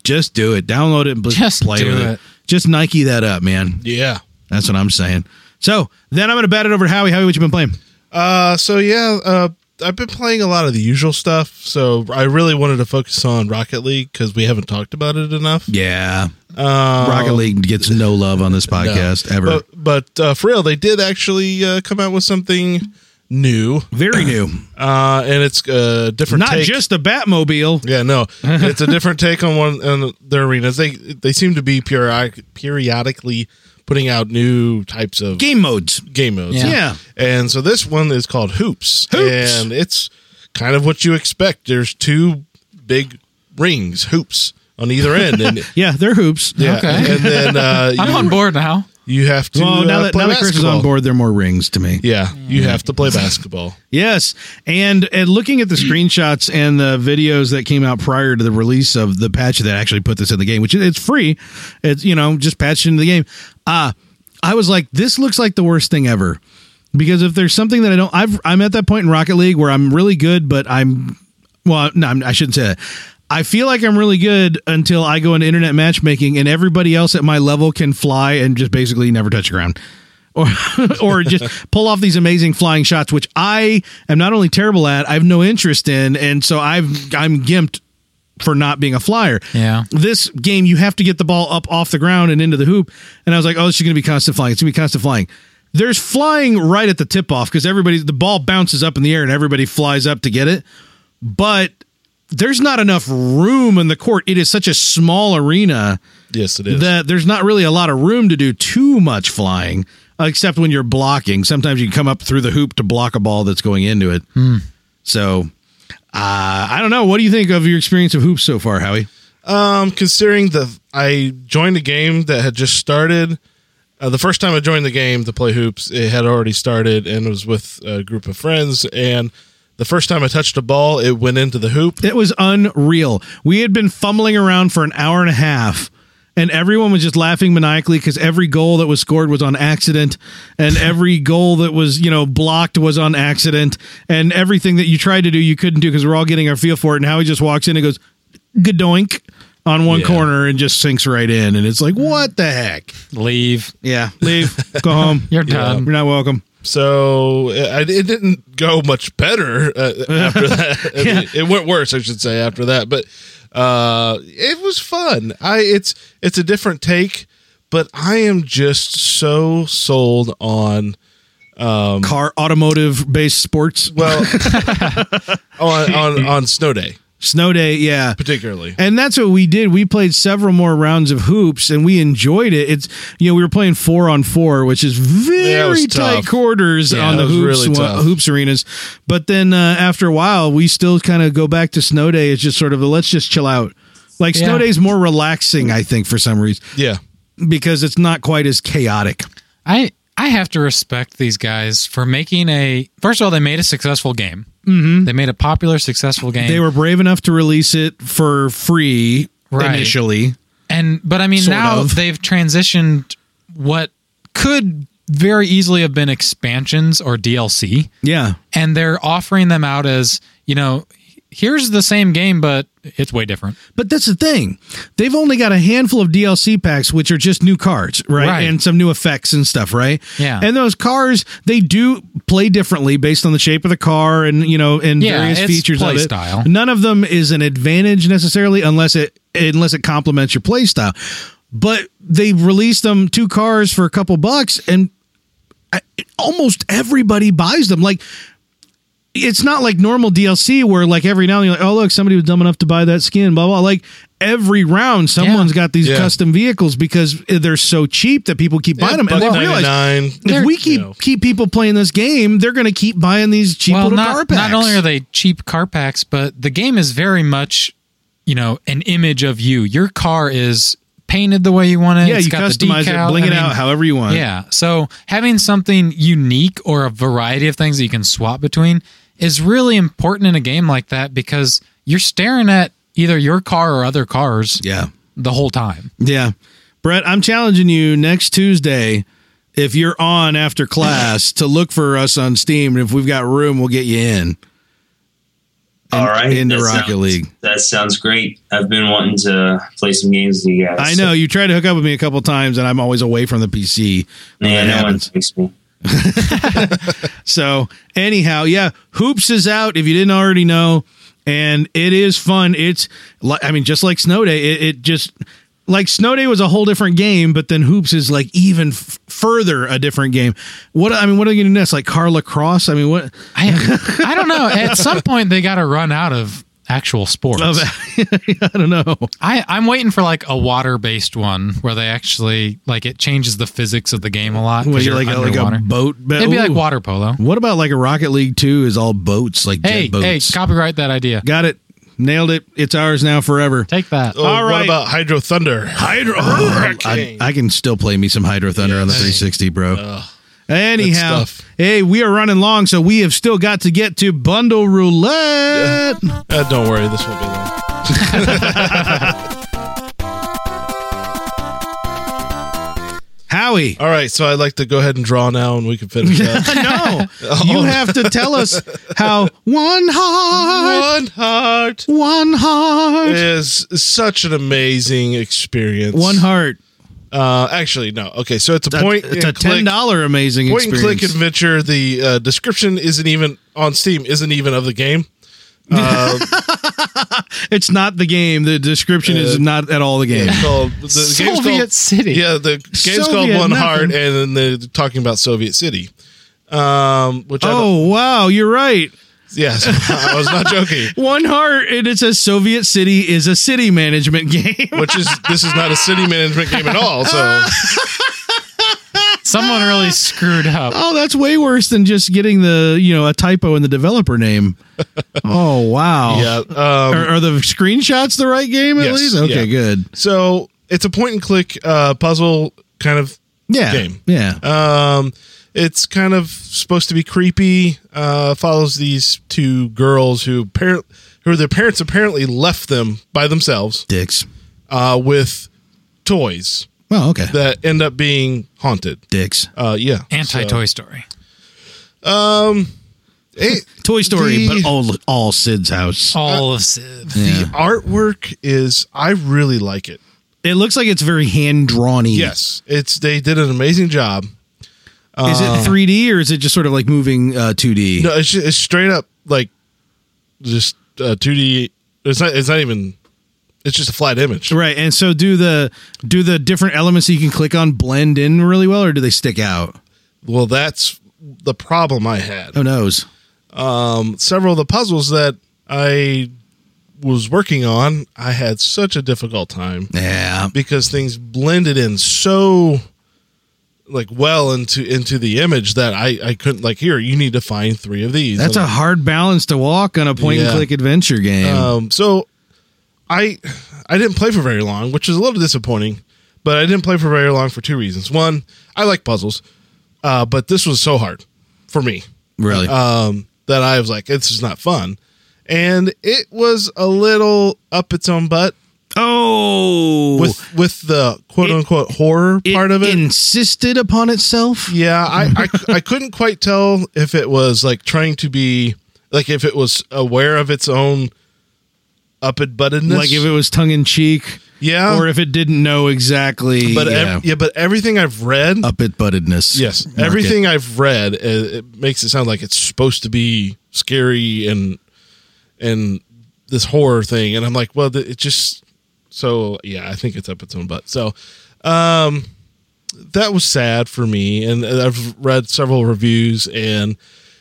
Speaker 1: just do it. Download it and bl-
Speaker 2: Just
Speaker 1: play
Speaker 2: do
Speaker 1: with it.
Speaker 2: it.
Speaker 1: Just Nike that up, man.
Speaker 3: Yeah.
Speaker 1: That's what I'm saying. So then I'm going to bat it over to Howie. Howie, what you been playing?
Speaker 3: Uh, so yeah, uh, I've been playing a lot of the usual stuff. So I really wanted to focus on Rocket League because we haven't talked about it enough.
Speaker 1: Yeah.
Speaker 3: Uh,
Speaker 1: Rocket League gets Um, no love on this podcast ever.
Speaker 3: but but uh, for real, they did actually uh, come out with something new,
Speaker 1: Very new.
Speaker 3: uh, and it's a different.
Speaker 1: Not
Speaker 3: take.
Speaker 1: just the Batmobile.
Speaker 3: Yeah, no, it's a different take on one on their arenas. They they seem to be periodic, periodically putting out new types of game,
Speaker 1: Game modes.
Speaker 3: modes.
Speaker 2: Yeah.
Speaker 1: Yeah.
Speaker 3: and so this one is called Hoops,
Speaker 1: Hoops.
Speaker 3: and it's kind of what you expect. There's two big rings, hoops on either
Speaker 1: *laughs*
Speaker 3: end, and
Speaker 1: Yeah, they're hoops.
Speaker 3: yeah,
Speaker 2: Okay.
Speaker 3: and then uh,
Speaker 1: *laughs*
Speaker 3: you,
Speaker 2: I'm on board now.
Speaker 3: you have to.
Speaker 1: Well, Oh, now
Speaker 3: uh,
Speaker 1: that,
Speaker 3: play
Speaker 1: now that Chris is
Speaker 3: basketball.
Speaker 1: on board, they're more rings to me.
Speaker 3: Yeah, you have to play basketball.
Speaker 1: Yes. And and looking at the screenshots and the videos that came out prior to the release of the patch that actually put this in the game, which it- it's free. It's you know, just patched into the game. Uh I was like, this looks like the worst thing ever. Because if there's something that I don't I've I'm at that point in Rocket League where I'm really good, but I'm well, no, I'm, I shouldn't say that. I feel like I'm really good until I go into internet matchmaking and everybody else at my level can fly and just basically never touch the ground. *laughs* Or, or just pull off these amazing flying shots, which I am not only terrible at, I have no interest in, and so I've I'm gimped for not being a flyer.
Speaker 2: Yeah.
Speaker 1: This game, you have to get the ball up off the ground and into the hoop. And I was like, oh, this is going to be constant flying. It's going to be constant flying. There's flying right at the tip off because everybody, the ball bounces up in the air and everybody flies up to get it. But there's not enough room in the court. It is such a small arena
Speaker 3: Yes, it is.
Speaker 1: that there's not really a lot of room to do too much flying, except when you're blocking. Sometimes you come up through the hoop to block a ball that's going into it. So uh, I don't know. What do you think of your experience of hoops so far, Howie?
Speaker 3: Um, considering the I joined a game that had just started. Uh, the first time I joined the game to play hoops, it had already started and it was with a group of friends. And the first time I touched a ball, it went into the hoop.
Speaker 1: It was unreal. We had been fumbling around for an hour and a half. And everyone was just laughing maniacally because every goal that was scored was on accident, and every goal that was you know blocked was on accident, and everything that you tried to do you couldn't do because we're all getting our feel for it. And Howie just walks in and goes, "Gadoink," on one
Speaker 3: Yeah.
Speaker 1: corner and just sinks right in, and it's like, "What the heck?"
Speaker 2: Leave.
Speaker 1: Yeah, leave, go home.
Speaker 2: *laughs* You're
Speaker 1: Yeah.
Speaker 2: done.
Speaker 1: You're not welcome.
Speaker 3: So I, it didn't go much better uh,
Speaker 1: *laughs*
Speaker 3: after that. I mean, It went worse, I should say, after that. But uh, it was fun. I it's it's a different take, but I am just so sold on
Speaker 1: Car automotive based sports,
Speaker 3: well *laughs* on, on on snow day.
Speaker 1: snow day. Yeah,
Speaker 3: particularly.
Speaker 1: And that's what we did. We played several more rounds of hoops and we enjoyed it. It's you know, we were playing 4 on 4, which is
Speaker 3: Yeah, it
Speaker 1: very
Speaker 3: was
Speaker 1: tight
Speaker 3: tough.
Speaker 1: quarters
Speaker 3: Yeah,
Speaker 1: on
Speaker 3: that
Speaker 1: the
Speaker 3: was
Speaker 1: hoops
Speaker 3: really
Speaker 1: wa-
Speaker 3: tough.
Speaker 1: hoops arenas. But then uh, after a while, we still kind of go back to snow day. It's just sort of a, let's just chill out. Like snow
Speaker 2: Yeah.
Speaker 1: day's more relaxing, I think, for some reason
Speaker 3: Yeah.
Speaker 1: because it's not quite as chaotic.
Speaker 2: I I have to respect these guys for making a. First of all, they made a successful game. Mm-hmm. They made a popular, successful game.
Speaker 1: They were brave enough to release it for free
Speaker 2: Right.
Speaker 1: initially.
Speaker 2: and but I mean
Speaker 1: Sort
Speaker 2: now
Speaker 1: of.
Speaker 2: they've transitioned what could very easily have been expansions or DLC.
Speaker 1: Yeah.
Speaker 2: and they're offering them out as you know here's the same game but it's way different
Speaker 1: But that's the thing. They've only got a handful of DLC packs, which are just new cards, right?
Speaker 2: Right.
Speaker 1: And some new effects and stuff, right?
Speaker 2: Yeah.
Speaker 1: And those cars, they do play differently based on the shape of the car and, you know, and
Speaker 2: Yeah,
Speaker 1: various
Speaker 2: it's
Speaker 1: features
Speaker 2: play
Speaker 1: of it.
Speaker 2: style.
Speaker 1: None of them is an advantage necessarily unless it unless it complements your play style. But they released them two cars for a couple bucks and I- almost everybody buys them. Like it's not like normal DLC where like every now and then you're like, oh look, somebody was dumb enough to buy that skin, blah blah. Like every round someone's got these
Speaker 3: Yeah.
Speaker 1: custom vehicles because they're so cheap that people keep buying them and they realize
Speaker 3: nine.
Speaker 1: if
Speaker 2: They're-
Speaker 1: we keep
Speaker 3: you know.
Speaker 1: keep people playing this game, they're going to keep buying these cheap
Speaker 2: well,
Speaker 1: little
Speaker 2: not,
Speaker 1: car packs.
Speaker 2: not only are they cheap car packs, but the game is very much, you know, an image of you. Your car is painted the way you want it.
Speaker 1: yeah,
Speaker 2: It's
Speaker 1: you
Speaker 2: got the
Speaker 1: customize
Speaker 2: decal.
Speaker 1: it, bling
Speaker 2: I
Speaker 1: it
Speaker 2: mean,
Speaker 1: out however you want.
Speaker 2: Yeah. So having something unique or a variety of things that you can swap between is really important in a game like that because you're staring at either your car or other cars
Speaker 1: yeah,
Speaker 2: the whole time.
Speaker 1: yeah. Brett, I'm challenging you next Tuesday. If you're on after class, to look for us on Steam, and if we've got room, we'll get you in.
Speaker 4: All right,
Speaker 1: into
Speaker 4: that
Speaker 1: Rocket
Speaker 4: sounds-
Speaker 1: League.
Speaker 4: That sounds great. I've been wanting to play some games with you guys.
Speaker 1: I know you tried to hook up with me a couple times, and I'm always away from the PC when
Speaker 4: Yeah,
Speaker 1: that
Speaker 4: no one
Speaker 1: happens.
Speaker 4: takes me.
Speaker 1: So anyhow, yeah, hoops is out. If you didn't already know, and it is fun. It's like I mean, just like Snow Day, it, it just like Snow Day was a whole different game, but then hoops is like even f- further a different game. What I mean, what are you going to do next? Like Carla Cross? I mean, what?
Speaker 2: I I don't know. At some point they got to run out of actual sports.
Speaker 1: Of, *laughs* I don't know.
Speaker 2: I I'm waiting for like a water based one where they actually like it changes the physics of the game a lot. 'cause
Speaker 1: What,
Speaker 2: you're
Speaker 1: like a, like
Speaker 2: underwater.
Speaker 1: a boat? ba-
Speaker 2: It'd be like
Speaker 1: Ooh.
Speaker 2: water polo.
Speaker 1: What about like a Rocket League Two? Is all boats like
Speaker 2: Hey,
Speaker 1: jet boats?
Speaker 2: hey, copyright that idea.
Speaker 1: Got it. Nailed it. It's ours now forever.
Speaker 2: Take that.
Speaker 3: Oh,
Speaker 1: All right.
Speaker 3: What about Hydro Thunder?
Speaker 1: Hydro. Oh, I,
Speaker 3: Hurricane.
Speaker 1: I can still play me some Hydro Thunder on the
Speaker 2: Yes.
Speaker 1: 360, bro. Anyhow,
Speaker 3: Good stuff.
Speaker 1: hey, we are running long, so we have still got to get to Bundle Roulette.
Speaker 3: Uh, don't worry, this won't be long. *laughs*
Speaker 1: Howie. *laughs*
Speaker 3: All right, so I'd like to go ahead and draw now, and we can finish up.
Speaker 1: No, you have to tell us how one heart,
Speaker 3: One heart
Speaker 1: one heart,
Speaker 3: is such an amazing experience.
Speaker 1: one heart.
Speaker 3: Uh, actually, no. Okay, so it's a point.
Speaker 1: it's a
Speaker 3: and click-
Speaker 1: ten dollar amazing
Speaker 3: point and
Speaker 1: experience.
Speaker 3: click adventure. The uh, description isn't even on Steam. Isn't even of the game.
Speaker 1: it's not the game. The description is not at all the game.
Speaker 3: It's called the game's
Speaker 2: Soviet
Speaker 3: called-
Speaker 2: City.
Speaker 3: Yeah, the game's called
Speaker 1: Soviet
Speaker 3: One
Speaker 1: nothing.
Speaker 3: Heart, and then they're talking about Soviet City. Um, which I don't-
Speaker 1: Oh wow, you're right.
Speaker 3: yes, *laughs* I was not joking.
Speaker 1: One heart, and it says Soviet City is a city management *laughs* game.
Speaker 3: Which is this is not a city management game at all. So
Speaker 1: *laughs*
Speaker 2: Someone really screwed up.
Speaker 1: Oh, that's way worse than just getting the you know a typo in the developer *laughs* name. oh wow.
Speaker 3: yeah, um,
Speaker 1: Are, are the screenshots the right game at
Speaker 3: Yes,
Speaker 1: least? Okay,
Speaker 3: yeah.
Speaker 1: good.
Speaker 3: so it's a point and click uh, puzzle kind of
Speaker 1: Yeah.
Speaker 3: Game.
Speaker 1: Yeah.
Speaker 3: Um, it's kind of supposed to be creepy. Uh, follows these two girls who parent who their parents apparently left them by themselves
Speaker 1: Dicks.
Speaker 3: uh, with toys
Speaker 1: Oh, okay.
Speaker 3: that end up being haunted.
Speaker 1: Dicks.
Speaker 3: Uh, yeah,
Speaker 2: Anti
Speaker 3: So,
Speaker 2: Toy Story.
Speaker 3: it-
Speaker 1: Toy Story,
Speaker 3: the-
Speaker 1: but all all Sid's house.
Speaker 2: All of
Speaker 1: *laughs*
Speaker 2: Civ.
Speaker 1: Yeah.
Speaker 3: artwork is I really like it.
Speaker 1: It looks like it's very hand drawn.
Speaker 3: Yes, it's they did an amazing job.
Speaker 1: Is it 3D or is it just sort of like moving uh, 2D?
Speaker 3: No, it's, it's straight up like just uh, 2D. It's not. It's not even. It's just a flat image.
Speaker 1: Right. And so do the do the different elements that you can click on blend in really well or do they stick out?
Speaker 3: Well, that's the problem I had.
Speaker 1: Who knows?
Speaker 3: Several of the puzzles that I was working on, I had such a difficult time
Speaker 1: Yeah.
Speaker 3: because things blended in so like well into into the image that I I couldn't like here you need to find 3 of these.
Speaker 1: That's a
Speaker 3: And,
Speaker 1: hard balance to walk on a point and
Speaker 3: Yeah.
Speaker 1: click adventure game.
Speaker 3: um so I I didn't play for very long, which is a little disappointing, but I didn't play for very long for two reasons. One, I like puzzles. Uh but this was so hard for me.
Speaker 1: really?
Speaker 3: um, that I was like, this is not fun. And it was a little up its own butt
Speaker 1: oh,
Speaker 3: with with the quote
Speaker 1: It-
Speaker 3: unquote horror part of it.
Speaker 1: insisted upon itself.
Speaker 3: yeah, I, I I couldn't quite tell if it was like trying to be like if it was aware of its own up it buttedness.
Speaker 1: Like if it was tongue in cheek,
Speaker 3: yeah,
Speaker 1: or if it didn't know exactly.
Speaker 3: Uh, but
Speaker 1: yeah,
Speaker 3: ev- yeah, but everything I've read,
Speaker 1: up it buttedness.
Speaker 3: yes,
Speaker 1: Mark it.
Speaker 3: everything I've read, uh, it makes it sound like it's supposed to be scary and and this horror thing, and I'm like, well, th- it just so yeah, I think it's up its own butt. So, um, that was sad for me, and I've read several reviews, and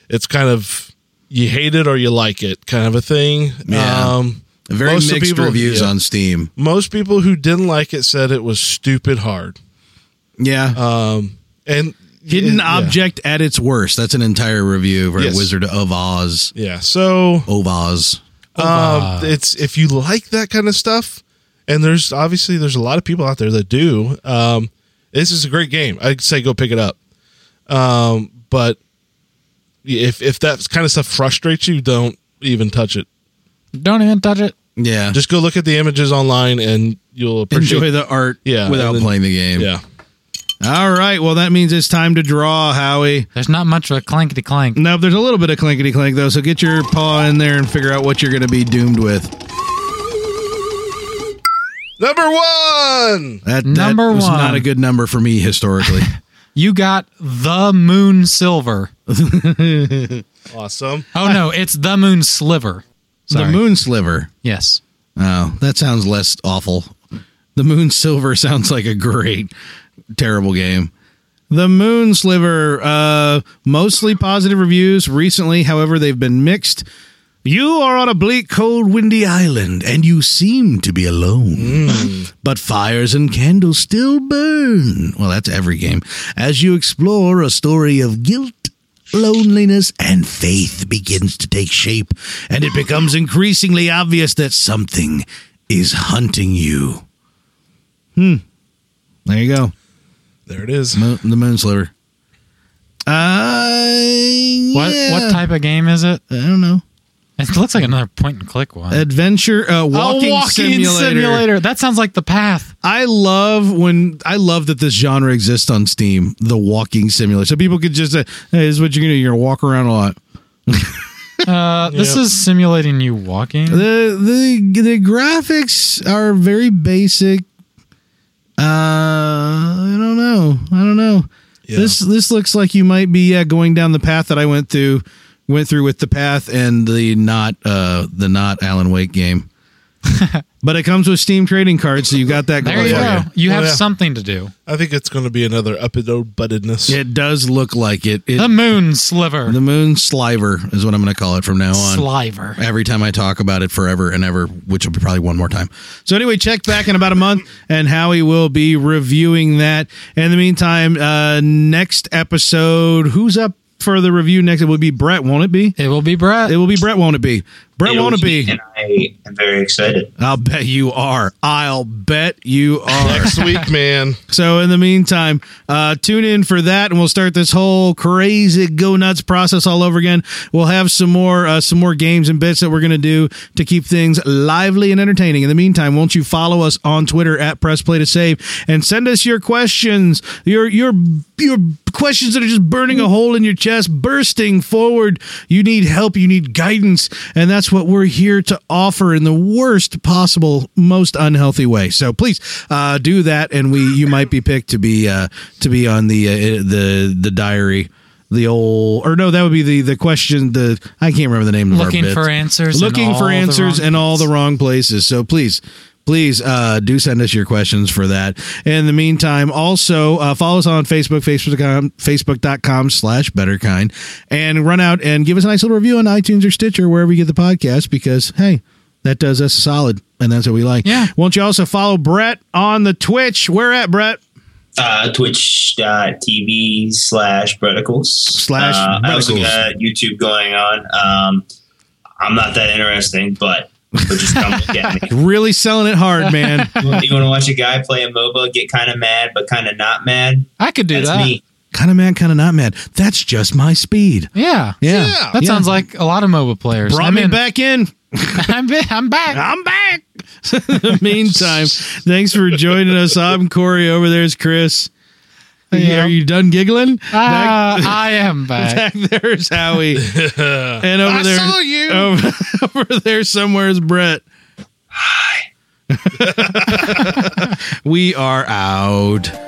Speaker 3: it's kind of you hate it or you like it kind of a thing.
Speaker 1: Yeah.
Speaker 3: Um,
Speaker 1: Very
Speaker 3: Most of the
Speaker 1: mixed
Speaker 3: people-
Speaker 1: reviews
Speaker 3: yeah.
Speaker 1: on Steam.
Speaker 3: Most people who didn't like it said it was stupid hard.
Speaker 1: Yeah.
Speaker 3: Um, and
Speaker 1: Hidden
Speaker 3: and- yeah.
Speaker 1: object at its worst. That's an entire review for
Speaker 3: Yes.
Speaker 1: Wizard of Oz.
Speaker 3: Yeah. So
Speaker 1: Of Oz.
Speaker 3: um, it's if you like that kind of stuff, and there's obviously there's a lot of people out there that do. Um, this is a great game. I'd say go pick it up. Um, but if if that kind of stuff frustrates you, don't even touch it.
Speaker 2: Don't even touch it.
Speaker 1: Yeah.
Speaker 3: Just go look at the images online, and you'll appreciate.
Speaker 1: enjoy the art
Speaker 3: Yeah,
Speaker 1: without
Speaker 3: and then-
Speaker 1: playing the game.
Speaker 3: yeah.
Speaker 1: All right. Well, that means it's time to draw, Howie.
Speaker 2: There's not much of a clankety clank.
Speaker 1: No, there's a little bit of clinkety clank though, so get your paw in there and figure out what you're going to be doomed with.
Speaker 3: Number one.
Speaker 1: That, that
Speaker 2: Number
Speaker 1: was
Speaker 2: one.
Speaker 1: not a good number for me
Speaker 3: *laughs*
Speaker 1: historically.
Speaker 2: You got the moon silver.
Speaker 3: Awesome.
Speaker 2: Oh no, it's the moon sliver.
Speaker 1: the
Speaker 2: Sorry.
Speaker 1: moon sliver.
Speaker 2: Yes.
Speaker 1: Oh, that sounds less awful. The Moon Silver *laughs* sounds like a great, terrible game. The Moon Sliver, uh, mostly positive reviews recently. However, they've been mixed. You are on a bleak, cold, windy island, and you seem to be alone. But fires and candles still burn. Well, that's every game. As you explore, a story of guilt, loneliness, and faith begins to take shape, and it becomes increasingly obvious that something is hunting you. Hmm. There you go.
Speaker 3: There it is.
Speaker 1: Mo- the moon sliver. Uh,
Speaker 2: What
Speaker 1: yeah.
Speaker 2: what type of game is it?
Speaker 1: I don't know.
Speaker 2: It looks like another point and click one.
Speaker 1: Adventure, uh, walking,
Speaker 2: Oh,
Speaker 1: simulator.
Speaker 2: That sounds like the path.
Speaker 1: I love when I love that this genre exists on Steam, the walking simulator. So people could just say, hey, this is what you're gonna do. You're gonna walk around a lot.
Speaker 2: Uh, This is simulating you walking.
Speaker 1: The the the graphics are very basic. Uh I don't know. I don't know.
Speaker 3: Yeah.
Speaker 1: This this looks like you might be yeah, going down the path that I went through went through with the path and the not uh the not Alan Wake
Speaker 2: *laughs*
Speaker 1: game. but it comes with Steam trading cards, so you got that
Speaker 2: There
Speaker 1: going
Speaker 2: you
Speaker 1: for you.
Speaker 2: go. You
Speaker 3: Oh,
Speaker 2: have
Speaker 3: yeah.
Speaker 2: something to do.
Speaker 3: I think it's going to be another up and down buttedness.
Speaker 1: It does look like it. It-
Speaker 2: The moon sliver.
Speaker 1: The moon sliver is what I'm going to call it from now on.
Speaker 2: sliver.
Speaker 1: Every time I talk about it forever and ever, which will be probably one more time. So anyway, check back in about a month, and Howie will be reviewing that. In the meantime, uh, next episode, who's up for the review next? It will be Brett, won't it be?
Speaker 2: It will be Brett.
Speaker 1: It will be Brett, won't it be? Brett, won't it be?
Speaker 4: And I am very excited.
Speaker 1: I'll bet you are. I'll bet you are.
Speaker 3: Next week, man.
Speaker 1: So in the meantime, uh, tune in for that, and we'll start this whole crazy go nuts process all over again. We'll have some more uh, some more games and bits that we're going to do to keep things lively and entertaining. In the meantime, won't you follow us on Twitter at Press Play to Save and send us your questions, your your your questions that are just burning a hole in your chest, bursting forward. You need help. You need guidance, and that's what we're here to offer in the worst possible, most unhealthy way. So please uh, do that, and we you might be picked to be uh, to be on the uh, the the diary. The old, or no, that would be the the question. The I can't remember the name of our
Speaker 2: Looking
Speaker 1: bit.
Speaker 2: for answers in
Speaker 1: Looking
Speaker 2: all
Speaker 1: for
Speaker 2: the
Speaker 1: answers
Speaker 2: wrong
Speaker 1: in all the
Speaker 2: places.
Speaker 1: wrong places. So please, please uh, do send us your questions for that. In the meantime, also uh, follow us on Facebook, facebook.com, facebook.com slash betterkind, and run out and give us a nice little review on iTunes or Stitcher, wherever you get the podcast, because, hey, that does us a solid, and that's what we like.
Speaker 2: Yeah.
Speaker 1: Won't you also follow Brett on the Twitch? Where at, Brett?
Speaker 4: Uh, Twitch.tv slash Breticles.
Speaker 1: Slash
Speaker 4: uh, I also
Speaker 1: Breticles.
Speaker 4: got YouTube going on. Um, I'm not that interesting, but, but just come look at
Speaker 1: *laughs*
Speaker 4: me.
Speaker 1: Really selling it hard,
Speaker 2: *laughs*
Speaker 1: man.
Speaker 4: You want to watch a guy play a MOBA, get kind of mad, but kind of not mad?
Speaker 2: I could do
Speaker 4: That's
Speaker 2: that.
Speaker 4: me.
Speaker 1: kind of mad, kind of not mad. That's just my speed.
Speaker 2: Yeah.
Speaker 1: Yeah.
Speaker 3: Yeah.
Speaker 2: That sounds like a lot of MOBA players.
Speaker 1: Brought
Speaker 2: I'm
Speaker 1: me
Speaker 2: in.
Speaker 1: back in.
Speaker 2: *laughs* I'm, in-
Speaker 1: *laughs*
Speaker 2: I'm back.
Speaker 1: I'm back. in the
Speaker 3: *laughs*
Speaker 1: meantime, thanks for joining us. I'm Corey. Over there's Chris.
Speaker 2: Yeah.
Speaker 1: Are you done giggling?
Speaker 2: Ah, I am
Speaker 1: *laughs* back,
Speaker 2: back. *laughs*
Speaker 1: back there's
Speaker 3: *laughs*
Speaker 1: Howie. and over
Speaker 3: I
Speaker 1: there,
Speaker 3: saw you.
Speaker 1: *laughs* Over, over there somewhere is Brett. *laughs* Hi. we are out.